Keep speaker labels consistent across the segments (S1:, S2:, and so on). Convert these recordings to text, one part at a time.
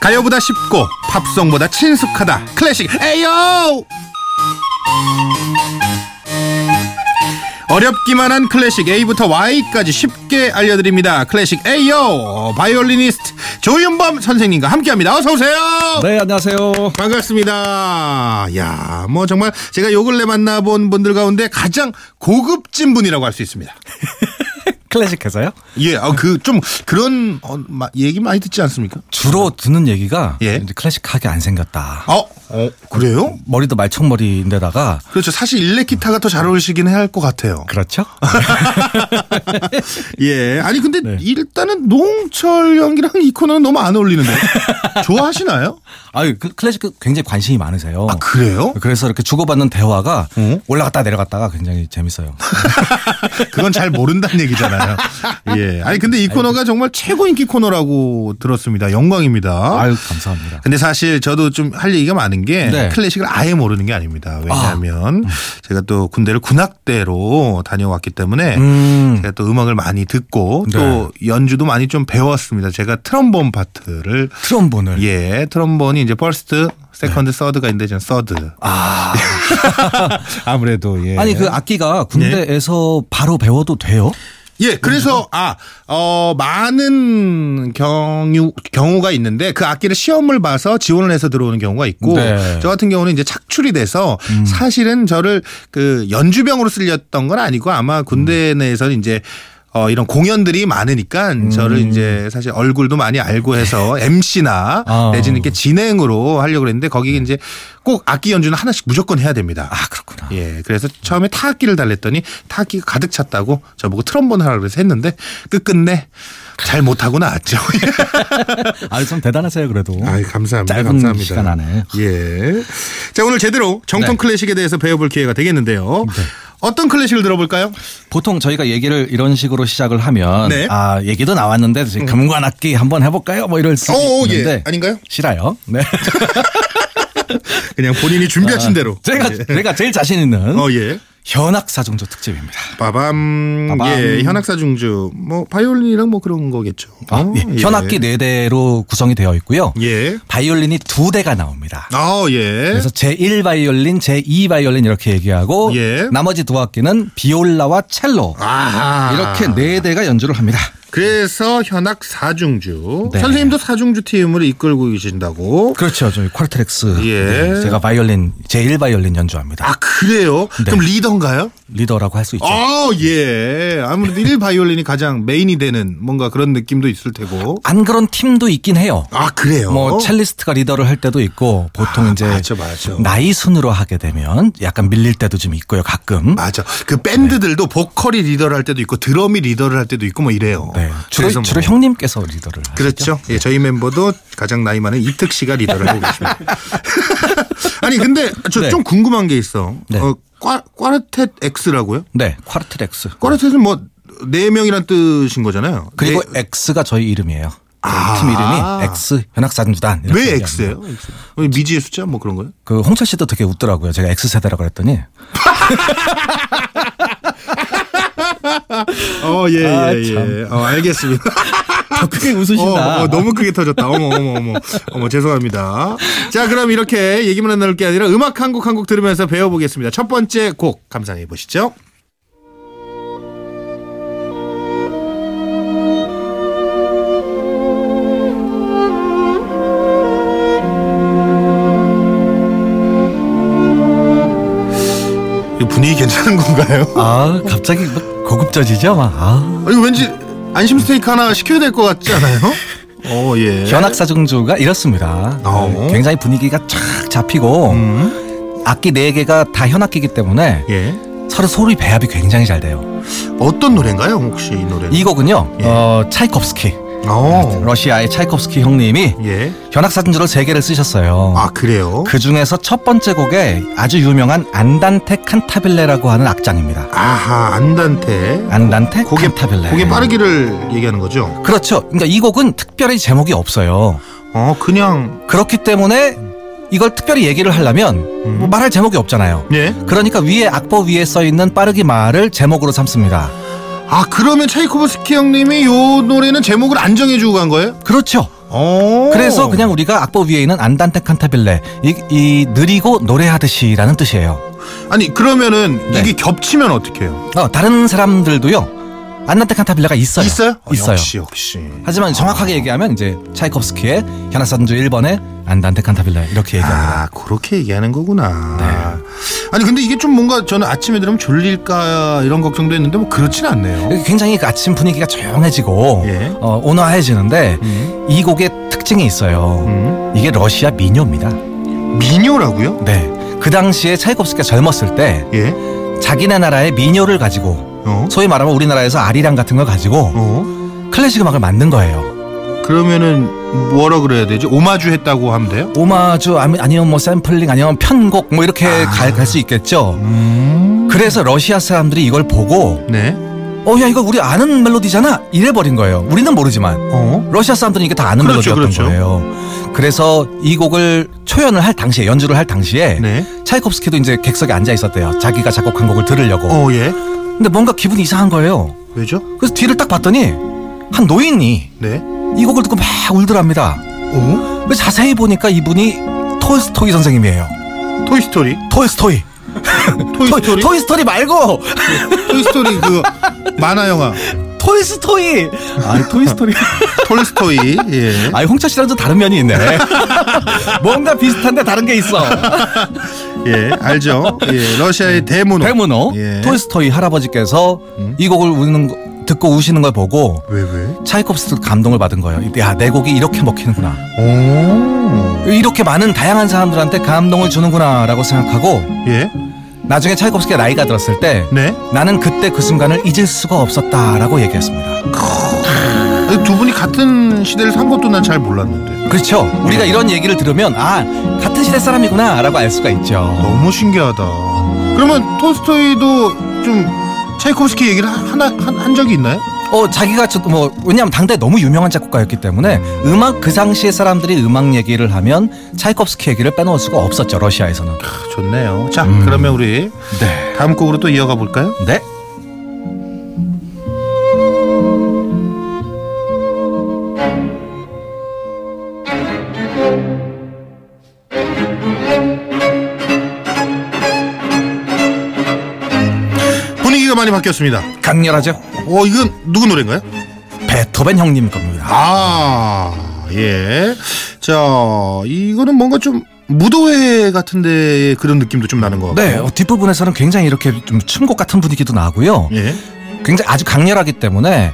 S1: 가요보다 쉽고 팝송보다 친숙하다 클래식 에이요 어렵기만 한 클래식 A부터 Y까지 쉽게 알려드립니다 클래식 에이요 바이올리니스트 조윤범 선생님과 함께합니다 어서 오세요
S2: 네, 안녕하세요.
S1: 반갑습니다. 야, 뭐 정말 제가 요 근래 만나본 분들 가운데 가장 고급진 분이라고 할 수 있습니다.
S2: 클래식 회사요?
S1: 예, 어, 그 좀 그런 어, 마- 얘기 많이 듣지 않습니까?
S2: 주로 듣는 얘기가
S1: 예.
S2: 이제 클래식하게 안 생겼다.
S1: 어, 어 그래요?
S2: 머리도 말총머리인데다가
S1: 그렇죠. 사실 일렉 기타가 더 잘 어울리시긴 할 것 같아요.
S2: 그렇죠?
S1: 예, 아니 근데
S2: 네.
S1: 일단은 노홍철 연기랑 이 코너는 너무 안 어울리는데 좋아하시나요?
S2: 아유, 그 클래식 굉장히 관심이 많으세요.
S1: 아 그래요? 어?
S2: 그래서 이렇게 주고받는 대화가
S1: 응?
S2: 올라갔다 내려갔다가 굉장히 재밌어요.
S1: 그건 잘 모른다는 얘기잖아요. 예, 아니 근데 이 코너가 정말 최고 인기 코너라고 들었습니다. 영광입니다.
S2: 아유, 감사합니다.
S1: 근데 사실 저도 좀 할 얘기가 많은 게
S2: 네.
S1: 클래식을 아예 모르는 게 아닙니다. 왜냐하면 제가 또 군대를 군악대로 다녀왔기 때문에
S2: 음.
S1: 제가 또 음악을 많이 듣고
S2: 네.
S1: 또 연주도 많이 좀 배웠습니다. 제가 트럼본 파트를
S2: 트럼본을.
S1: 예, 트럼본이 이제 퍼스트, 세컨드, 서드가 있는데 저는 서드.
S2: 아.
S1: 아무래도 예.
S2: 아니, 그 악기가 군대에서 바로 배워도 돼요?
S1: 예, 그래서 아, 어, 많은 경유, 경우가 있는데 그 악기를 시험을 봐서 지원을 해서 들어오는 경우가 있고
S2: 네. 음.
S1: 저 같은 경우는 이제 착출이 돼서 사실은 저를 그 연주병으로 쓸렸던 건 아니고 아마 군대
S2: 음.
S1: 내에서는 이제 어, 이런 공연들이 많으니까 저를
S2: 음.
S1: 이제 사실 얼굴도 많이 알고 해서 MC나
S2: 아. 네.
S1: 내지는 이렇게 진행으로 하려고 그랬는데 거기 이제 꼭 악기 연주는 하나씩 무조건 해야 됩니다.
S2: 아, 그렇구나.
S1: 예, 그래서 처음에 타악기를 달랬더니 타악기가 가득 찼다고 저보고 트럼본 하라 그래서 했는데 끝끝내 잘 못하고 나왔죠.
S2: 아유, 참 대단하세요, 그래도.
S1: 예. 아이, 예. 감사합니다.
S2: 짧은
S1: 감사합니다.
S2: 시간 안에.
S1: 예. 자, 오늘 제대로 정통
S2: 네.
S1: 클래식에 대해서 배워볼 기회가 되겠는데요. 어떤 클래식을 들어볼까요?
S2: 보통 저희가 얘기를 이런 식으로 시작을 하면
S1: 네.
S2: 아 얘기도 나왔는데 이제 금관악기 한번 해볼까요? 뭐 이럴 수
S1: 오,
S2: 있는데
S1: 예. 아닌가요?
S2: 싫어요. 네.
S1: 그냥 본인이 준비하신 대로.
S2: 제가
S1: 예.
S2: 제가 제일 자신 있는
S1: 어, 예.
S2: 현악사중조 특집입니다.
S1: 빠밤.
S2: 빠밤.
S1: 예, 현악사중주. 뭐, 바이올린이랑 뭐 그런 거겠죠.
S2: 아,
S1: 어,
S2: 예.
S1: 예.
S2: 현악기 네 대로 구성이 되어 있고요.
S1: 예.
S2: 바이올린이 두 대가 나옵니다.
S1: 아, 예.
S2: 그래서 제1 바이올린, 제2 바이올린 이렇게 얘기하고
S1: 예.
S2: 나머지 두 악기는 비올라와 첼로
S1: 아하.
S2: 이렇게 네 대가 연주를 합니다.
S1: 그래서 현악 사중주
S2: 네.
S1: 선생님도 사중주 팀을 이끌고 계신다고.
S2: 그렇죠. 저희 퀄트렉스
S1: 예.
S2: 네, 제가 바이올린 제1 바이올린 연주합니다.
S1: 아 그래요? 그럼 리더인가요?
S2: 리더라고 할 수 네. 있죠.
S1: 아 예. 아무래도 일 바이올린이 가장 메인이 되는 뭔가 그런 느낌도 있을 테고.
S2: 안 그런 팀도 있긴 해요.
S1: 아 그래요?
S2: 뭐 첼리스트가 리더를 할 때도 있고 보통 이제
S1: 맞아, 맞아.
S2: 나이 순으로 하게 되면 약간 밀릴 때도 좀 있고요 가끔.
S1: 맞아. 그 밴드들도 보컬이 리더를 할 때도 있고 드럼이 리더를 할 때도 있고 뭐 이래요.
S2: 네. 주로
S1: 그래서 뭐-
S2: 주로 형님께서 리더를 하시죠.
S1: 그렇죠. 예, 저희 멤버도 가장 나이 많은 이특 씨가 리더를 하고 계십니다. 아니 근데 저
S2: 네.
S1: 좀 궁금한 게 있어.
S2: 네.
S1: 어, 꽈 꽈르텟 X라고요?
S2: 네, 쿼르트렉스.
S1: 꽈르텟은 뭐 네 명이란 뜻인 거잖아요.
S2: 그리고
S1: 네,
S2: X가 저희 이름이에요. 그
S1: 아.
S2: 팀 이름이 X 현악사중단.
S1: 네,
S2: 이렇게
S1: 왜
S2: 얘기합니다.
S1: X예요? 왜 미지의 숫자 뭐 그런 거요?
S2: 그 홍철 씨도 되게 웃더라고요. 제가 X 세대라고 그랬더니
S1: 어, 예,
S2: 아,
S1: 예, 예. 어, 알겠습니다.
S2: 더 크게
S1: 어,
S2: 아, 웃으신다.
S1: 어, 너무 크게 터졌다. 어머, 어머, 어머. 어머, 죄송합니다. 자, 그럼 이렇게 얘기만 나눌 게 아니라 음악 한 곡 한 곡 들으면서 배워보겠습니다. 첫 번째 곡 감상해 보시죠. 이거 분위기 괜찮은 건가요?
S2: 아 갑자기 막 고급져지죠. 막. 아.
S1: 아, 이거 왠지 안심 스테이크 하나 시켜야 될 것 같지 않아요? 어, 예.
S2: 현악사중조가 이렇습니다. 네,
S1: 어.
S2: 굉장히 분위기가 쫙 잡히고
S1: 음,
S2: 악기 네 개가 다 현악기이기 때문에
S1: 예.
S2: 서로 소리 배합이 굉장히 잘 돼요.
S1: 어떤 노래인가요, 혹시 이 노래는?
S2: 이 곡은요,
S1: 예.
S2: 어, 차이콥스키
S1: 어.
S2: 러시아의 차이콥스키 형님이
S1: 예.
S2: 현악사진주를 세 개를 쓰셨어요.
S1: 아, 그래요?
S2: 그 중에서 첫 번째 곡에 아주 유명한 안단테 칸타빌레라고 하는 악장입니다.
S1: 아하, 안단테.
S2: 안단테
S1: 곡의-
S2: 칸타빌레.
S1: 곡의 빠르기를 얘기하는 거죠?
S2: 그렇죠. 그러니까 이 곡은 특별히 제목이 없어요.
S1: 어, 그냥.
S2: 그렇기 때문에 이걸 특별히 얘기를 하려면 뭐 말할 제목이 없잖아요.
S1: 음. 예.
S2: 그러니까 위에 악보 위에 써 있는 빠르기 말을 제목으로 삼습니다.
S1: 아, 그러면 차이코브스키 형님이 요 어. 노래는 제목을 안 정해주고 간 거예요?
S2: 그렇죠.
S1: 오.
S2: 그래서 그냥 우리가 악보 위에 있는 안단테 칸타빌레 이, 이 느리고 노래하듯이라는 뜻이에요.
S1: 아니 그러면은
S2: 네.
S1: 이게 겹치면 어떻게 해요?
S2: 어, 다른 사람들도요 안단테 칸타빌레가 있어요.
S1: 있어요? 어,
S2: 있어요.
S1: 역시 역시.
S2: 하지만 정확하게 얘기하면 이제 차이콥스키의 현악산조 1번의 안단테 칸타빌레 이렇게 얘기합니다.
S1: 아 그렇게 얘기하는 거구나.
S2: 네.
S1: 아니 근데 이게 좀 뭔가 저는 아침에 들으면 졸릴까 이런 걱정도 했는데 뭐 그렇진 않네요.
S2: 굉장히 그 아침 분위기가 조용해지고
S1: 예.
S2: 어, 온화해지는데
S1: 음.
S2: 이 곡의 특징이 있어요.
S1: 음.
S2: 이게 러시아 민요입니다.
S1: 미녀라고요?
S2: 네. 그 당시에 차이콥스키가 젊었을 때
S1: 예.
S2: 자기네 나라의 민요를 가지고
S1: 어.
S2: 소위 말하면 우리나라에서 아리랑 같은 걸 가지고
S1: 어.
S2: 클래식 음악을 만든 거예요.
S1: 그러면은 뭐라 그래야 되지? 오마주 했다고 하면 돼요?
S2: 오마주 아니- 아니면 뭐 샘플링 아니면 편곡 뭐 이렇게
S1: 아.
S2: 갈 수 있겠죠.
S1: 음.
S2: 그래서 러시아 사람들이 이걸 보고
S1: 네.
S2: 어 야 이거 우리 아는 멜로디잖아 이래 버린 거예요. 우리는 모르지만
S1: 어.
S2: 러시아 사람들은 이게 다 아는
S1: 그렇죠,
S2: 멜로디였던 거예요. 그래서 이 곡을 초연을 할 당시에 연주를 할 당시에
S1: 네.
S2: 차이콥스키도 이제 객석에 앉아 있었대요. 자기가 작곡한 곡을 들으려고.
S1: 어 예.
S2: 근데 뭔가 기분이 이상한 거예요.
S1: 왜죠?
S2: 그래서 뒤를 딱 봤더니 한 노인이
S1: 네. 어?
S2: 이 곡을 듣고 막 울더랍니다.
S1: 오.
S2: 근데 자세히 보니까 이분이 톨스토이 선생님이에요.
S1: 토이스토리.
S2: 톨스토이.
S1: 토이스토리.
S2: 토, 이스토리 말고
S1: 토이스토리 그 만화 영화.
S2: 톨스토이. 아니 토이스토리.
S1: 네? 톨스토이. 예.
S2: 아니 홍철 씨랑 좀 다른 면이 있네. 뭔가 비슷한데 다른 게 있어.
S1: 예, 알죠. 예, 러시아의 대문호.
S2: 대문호
S1: 예.
S2: 톨스토이 할아버지께서
S1: 음.
S2: 이 곡을 우는 거- 듣고 우시는 걸 보고
S1: 왜 왜?
S2: 차이콥스키 감동을 받은 거예요. 야 내 곡이 이렇게 먹히는구나.
S1: 오.
S2: 이렇게 많은 다양한 사람들한테 감동을 주는구나라고 생각하고
S1: 예.
S2: 나중에 차이콥스키가 나이가 들었을 때
S1: 네.
S2: 나는 그때 그 순간을 잊을 수가 없었다라고 얘기했습니다.
S1: 두 분이 같은 시대를 산 것도 난 잘 몰랐는데.
S2: 그렇죠. 우리가 이런 얘기를 들으면 아 같은 시대 사람이구나라고 알 수가 있죠.
S1: 너무 신기하다. 그러면 톨스토이도 좀 차이콥스키 얘기를 하- 하나 한, 한 적이 있나요?
S2: 어 자기가 저- 뭐 왜냐하면 당대 너무 유명한 작곡가였기 때문에 음악 그 당시의 사람들이 음악 얘기를 하면 차이콥스키 얘기를 빼놓을 수가 없었죠 러시아에서는.
S1: 아, 좋네요. 자,
S2: 음.
S1: 그러면 우리
S2: 네.
S1: 다음 곡으로 또 이어가 볼까요?
S2: 네.
S1: 분위기가 많이 바뀌었습니다.
S2: 강렬하죠.
S1: 어, 이건 누구 노래인가요?
S2: 베토벤 형님 겁니다.
S1: 아, 예. 자, 이거는 뭔가 좀 무도회 같은 데 그런 느낌도 좀 나는 것 같고.
S2: 네. 어, 뒷부분에서는 굉장히 이렇게 좀 춤곡 같은 분위기도 나고요.
S1: 예.
S2: 굉장히 아주 강렬하기 때문에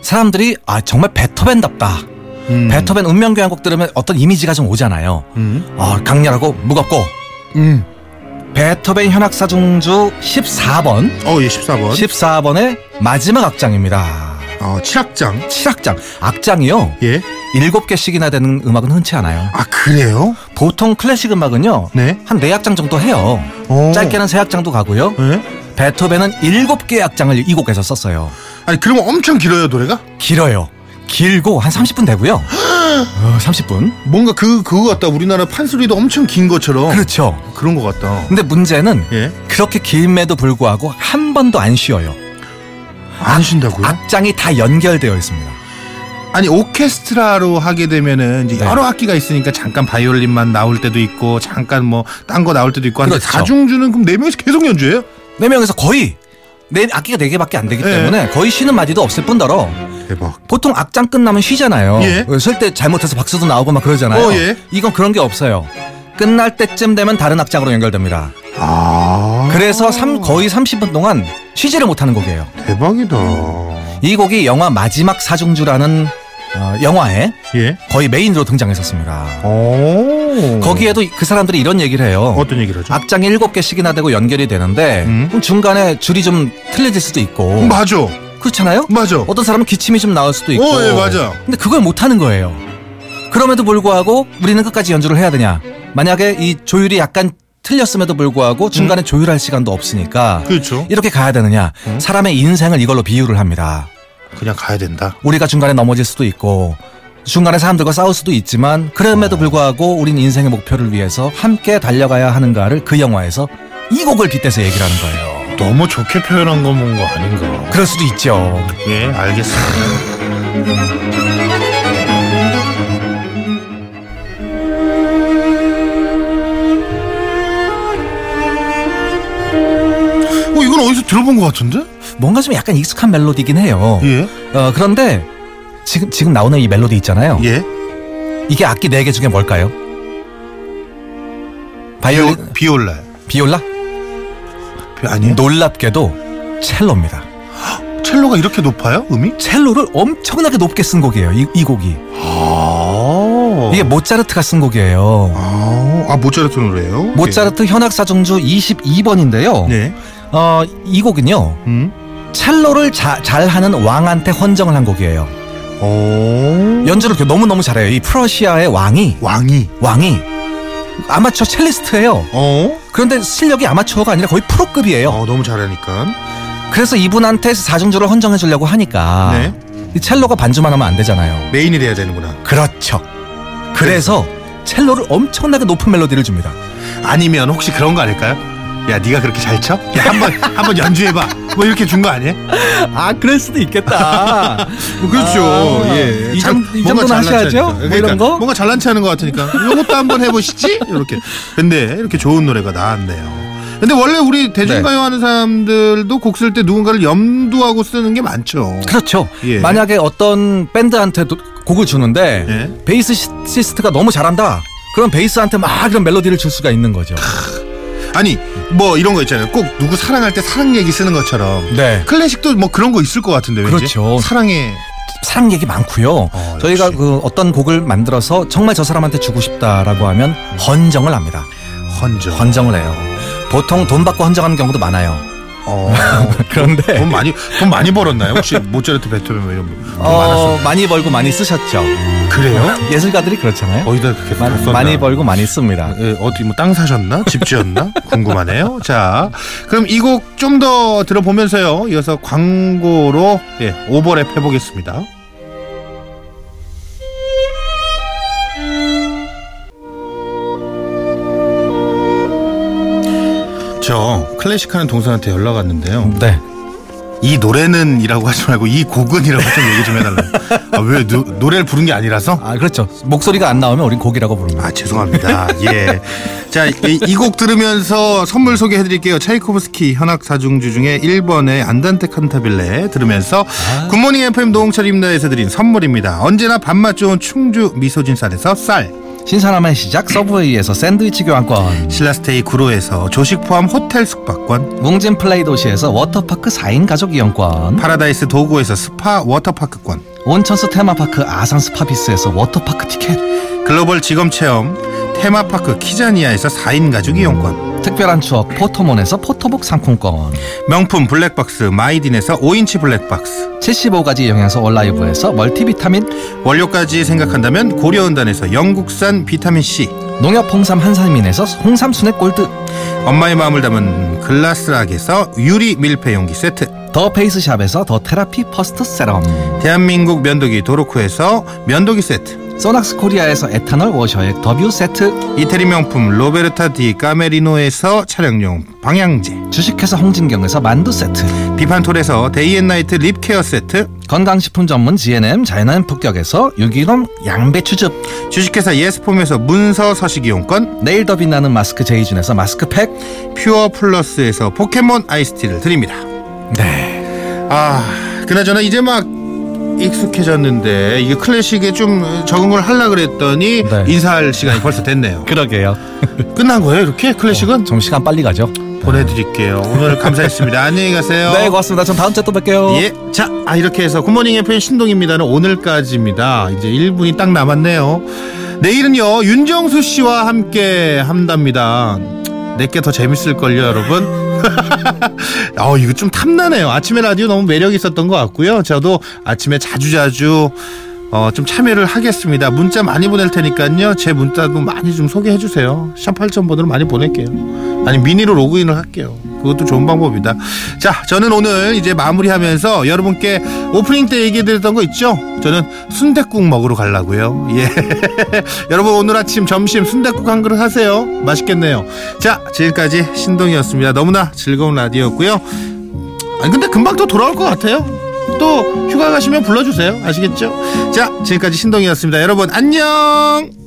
S2: 사람들이 아 정말 베토벤답다.
S1: 음.
S2: 베토벤 운명 교향곡 들으면 어떤 이미지가 좀 오잖아요.
S1: 음.
S2: 아 강렬하고 무겁고
S1: 음.
S2: 베토벤 현악 사중주 14번
S1: 어, 예, 14번.
S2: 14번의 마지막 악장입니다.
S1: 어, 7악장.
S2: 7악장 악장이요.
S1: 예.
S2: 7개씩이나 되는 음악은 흔치 않아요.
S1: 아, 그래요? 보통.
S2: 보통 클래식 음악은요.
S1: 네.
S2: 한 4악장 정도 해요.
S1: 어.
S2: 짧게는 3악장도 가고요.
S1: 예?
S2: 베토벤은 7개의 악장을 이 곡에서 썼어요.
S1: 아니, 그러면 엄청 길어요, 노래가?
S2: 길어요. 길고 한 30분 되고요. 어, 30분.
S1: 뭔가 그, 그거 같다. 우리나라 판소리도 엄청 긴 것처럼.
S2: 그렇죠.
S1: 그런 것 같다.
S2: 근데 문제는
S1: 예.
S2: 그렇게 길매도 불구하고 한 번도 안 쉬어요.
S1: 안 쉰다고요?
S2: 악장이 다 연결되어 있습니다.
S1: 아니 오케스트라로 하게 되면은 이제
S2: 네.
S1: 여러 악기가 있으니까 잠깐 바이올린만 나올 때도 있고 잠깐 뭐 딴 거 나올 때도 있고 한데
S2: 그렇죠.
S1: 다중주는 그럼 네 명이서 계속 연주해요?
S2: 네 명에서 거의 네 악기가 네 개밖에 안 되기
S1: 예.
S2: 때문에 거의 쉬는 마디도 없을 뿐더러
S1: 대박.
S2: 보통 악장 끝나면 쉬잖아요. 어,
S1: 예.
S2: 쉴때 잘못해서 박수도 나오고 막 그러잖아요.
S1: 어, 예.
S2: 이건 그런 게 없어요. 끝날 때쯤 되면 다른 악장으로 연결됩니다.
S1: 아
S2: 그래서 삼- 거의 30분 동안 쉬지를 못하는 곡이에요.
S1: 대박이다.
S2: 이 곡이 영화 마지막 사중주라는 어, 영화에
S1: 예.
S2: 거의 메인으로 등장했었습니다.
S1: 오.
S2: 거기에도 아, 그 사람들이 이런 얘기를 해요.
S1: 음. 어떤 얘기를 하죠?
S2: 악장이 일곱 개씩이나 되고 연결이 되는데
S1: 음.
S2: 그럼 중간에 줄이 좀 틀려질 수도 있고
S1: 맞아.
S2: 그렇잖아요.
S1: 맞아.
S2: 어떤 사람은 기침이 좀 나올 수도 있고.
S1: 어, 예, 맞아.
S2: 근데 그걸 못 하는 거예요. 그럼에도 불구하고 우리는 끝까지 연주를 해야 되냐? 만약에 이 조율이 약간 틀렸음에도 불구하고 중간에 조율할 시간도 없으니까
S1: 그렇죠.
S2: 이렇게 가야 되느냐?
S1: 음.
S2: 사람의 인생을 이걸로 비유를 합니다.
S1: 그냥 가야 된다.
S2: 우리가 중간에 넘어질 수도 있고 중간에 사람들과 싸울 수도 있지만 그럼에도
S1: 어.
S2: 불구하고 우린 인생의 목표를 위해서 함께 달려가야 하는가를 그 영화에서 이 곡을 빗대서 얘기를 하는 거예요.
S1: 너무 좋게 표현한 건 뭔가 아닌가.
S2: 그럴 수도 있죠.
S1: 예, 알겠습니다. 이건 어디서 들어본 것 같은데?
S2: 뭔가 좀 약간 익숙한 멜로디긴 해요.
S1: 예.
S2: 어, 그런데 지금 지금 나오는 이 멜로디 있잖아요.
S1: 예.
S2: 이게 악기 네 개 중에 뭘까요? 바이올린
S1: 비올, 비올라. 예.
S2: 비올라?
S1: 비, 아니에요?
S2: 놀랍게도 첼로입니다. 네.
S1: 첼로가 이렇게 높아요? 음이?
S2: 첼로를 엄청나게 높게 쓴 곡이에요. 이, 이 곡이
S1: 아.
S2: 이게 모차르트가 쓴 곡이에요.
S1: 아, 아 모차르트 노래예요?
S2: 모차르트 현악사중주 22번인데요.
S1: 예. 네.
S2: 어, 이 곡은요
S1: 음.
S2: 첼로를 자- 잘하는 왕한테 헌정을 한 곡이에요.
S1: 오.
S2: 연주를 이렇게 너무너무 잘해요. 이 프러시아의 왕이
S1: 어? 왕이.
S2: 왕이 아마추어 첼리스트예요.
S1: 어?
S2: 그런데 실력이 아마추어가 아니라 거의 프로급이에요.
S1: 어, 너무 잘하니까.
S2: 그래서 이분한테 사중주를 헌정해 주려고 하니까
S1: 네.
S2: 이 첼로가 반주만 하면 안 되잖아요.
S1: 메인이 돼야 되는구나.
S2: 그렇죠. 그래서 첼로를 엄청나게 높은 멜로디를 줍니다.
S1: 아니면 혹시 그런 거 아닐까요? 야, 네가 그렇게 잘 쳐? 야, 한번 한번 연주해 봐. 뭐 이렇게 준 거 아니야?
S2: 아, 그럴 수도 있겠다.
S1: 그렇죠.
S2: 아,
S1: 예.
S2: 이
S1: 잘-
S2: 정- 이
S1: 뭔가
S2: 정도는
S1: 잘난
S2: 하셔야죠?
S1: 체하니까. 그러니까
S2: 뭐 이런 거?
S1: 뭔가 잘난 체하는 것 같으니까 이것도 한번 해보시지. 이렇게. 근데 이렇게 좋은 노래가 나왔네요. 근데 원래 우리 대중가요
S2: 네.
S1: 하는 사람들도 곡 쓸 때 누군가를 염두하고 쓰는 게 많죠.
S2: 그렇죠.
S1: 예.
S2: 만약에 어떤 밴드한테 도- 곡을 주는데
S1: 예.
S2: 베이스 시- 시스트가 너무 잘한다. 그럼 베이스한테 막 이런 멜로디를 줄 수가 있는 거죠.
S1: 아니 뭐 이런 거 있잖아요. 꼭 누구 사랑할 때 사랑 얘기 쓰는 것처럼
S2: 네.
S1: 클래식도 뭐 그런 거 있을 것 같은데 왠지.
S2: 그렇죠.
S1: 사랑해.
S2: 사랑 얘기 많고요.
S1: 어,
S2: 저희가
S1: 역시.
S2: 그 어떤 곡을 만들어서 정말 저 사람한테 주고 싶다라고 하면 헌정을 합니다.
S1: 헌정.
S2: 헌정을 해요. 보통 돈 받고 헌정하는 경우도 많아요.
S1: 어.
S2: 그런데
S1: 돈 많이 돈 많이 벌었나요? 혹시 모차르트 베토벤 뭐 이런 거
S2: 어,
S1: 많았었나요?
S2: 많이 벌고 많이 쓰셨죠.
S1: 그래요?
S2: 예술가들이 그렇잖아요.
S1: 어디다 그렇게
S2: 마-
S1: 돈 썼나?
S2: 많이 벌고 많이 씁니다.
S1: 예, 어디 뭐 땅 사셨나? 집 지었나? 궁금하네요. 자, 그럼 이 곡 좀 더 들어보면서요. 이어서 광고로 예, 오버랩 해보겠습니다. 저 클래식하는 동생한테 연락 왔는데요.
S2: 네.
S1: 이 노래는이라고 하지 말고 이 곡은이라고 좀 얘기 좀 해달라요. 아, 왜 노, 노래를 부른 게 아니라서?
S2: 아, 그렇죠. 목소리가 안 나오면 우린 곡이라고 부릅니다.
S1: 아 죄송합니다. 예. 자이 곡 들으면서 선물 소개해드릴게요. 차이코브스키 현악 사중주 중에 1번의 안단테 칸타빌레 들으면서 굿모닝 FM 노홍철입니다에서 드린 선물입니다. 언제나 밥맛 좋은 충주 미소진 쌀에서 쌀,
S2: 신선함의 시작 서브웨이에서 샌드위치 교환권,
S1: 신라스테이 구로에서 조식 포함 호텔 숙박권,
S2: 웅진 플레이 도시에서 워터파크 4인 가족 이용권,
S1: 파라다이스 도구에서 스파 워터파크권,
S2: 온천스 테마파크 아산 스파비스에서 워터파크 티켓,
S1: 글로벌 직업 체험 테마파크 키자니아에서 4인 가족 이용권,
S2: 특별한 추억 포토몬에서 포토북 상품권,
S1: 명품 블랙박스 마이딘에서 5인치 블랙박스.
S2: 75가지 영양소 올라이브에서 멀티비타민,
S1: 원료까지 생각한다면 고려은단에서 영국산 비타민 C,
S2: 농협 홍삼 한삼인에서 홍삼 순액 골드,
S1: 엄마의 마음을 담은 글라스락에서 유리 밀폐 용기 세트,
S2: 더 페이스샵에서 더 테라피 퍼스트 세럼,
S1: 대한민국 면도기 도로코에서 면도기 세트,
S2: 소낙스 코리아에서 에탄올 워셔액 더뷰 세트,
S1: 이태리 명품 로베르타 디 까메리노에서 차량용 방향제,
S2: 주식회사 홍진경에서 만두 세트,
S1: 비판톨에서 데이앤나이트 립케어 세트,
S2: 건강식품 전문 GNM 자연한 품격에서 유기농 양배추즙,
S1: 주식회사 예스폼에서 문서 서식 이용권,
S2: 내일 더 빛나는 마스크 제이준에서 마스크팩.
S1: 퓨어 플러스에서 포켓몬 아이스티를 드립니다.
S2: 네.
S1: 아 그나저나 이제 막 익숙해졌는데 이게 클래식에 좀 적응을 하려 그랬더니
S2: 네.
S1: 인사할 시간이 벌써 됐네요.
S2: 그러게요.
S1: 끝난 거예요 이렇게 클래식은
S2: 좀 시간 빨리 가죠.
S1: 보내드릴게요. 오늘 감사했습니다. 안녕히 가세요.
S2: 어. 네, 고맙습니다. 전 다음 주에 또 뵐게요.
S1: 예, 자, 아, 이렇게 해서 굿모닝 FM 신동입니다는 오늘까지입니다. 이제 1분이 딱 남았네요. 내일은요, 윤정수 씨와 함께 한답니다. 내게 더 재밌을걸요, 여러분? 어, 이거 좀 탐나네요. 아침에 라디오 너무 매력 있었던 것 같고요. 저도 아침에 자주자주 어, 좀 참여를 하겠습니다. 문자 많이 보낼 테니까요. 제 문자도 많이 좀 소개해 주세요. 샵 8000번으로 많이 보낼게요. 아니, 미니로 로그인을 할게요. 그것도 좋은 방법이다. 자, 저는 오늘 이제 마무리하면서 여러분께 오프닝 때 얘기해 드렸던 거 있죠? 저는 순댓국 먹으러 가려고요. 예. 여러분 오늘 아침 점심 순댓국한 그릇 하세요. 맛있겠네요. 자, 지금까지 신동이었습니다. 너무나 즐거운 라디오였고요. 아니 근데 금방 또 돌아올 것 같아요. 또 휴가 가시면 불러주세요. 아시겠죠? 자, 지금까지 신동이었습니다. 여러분 안녕.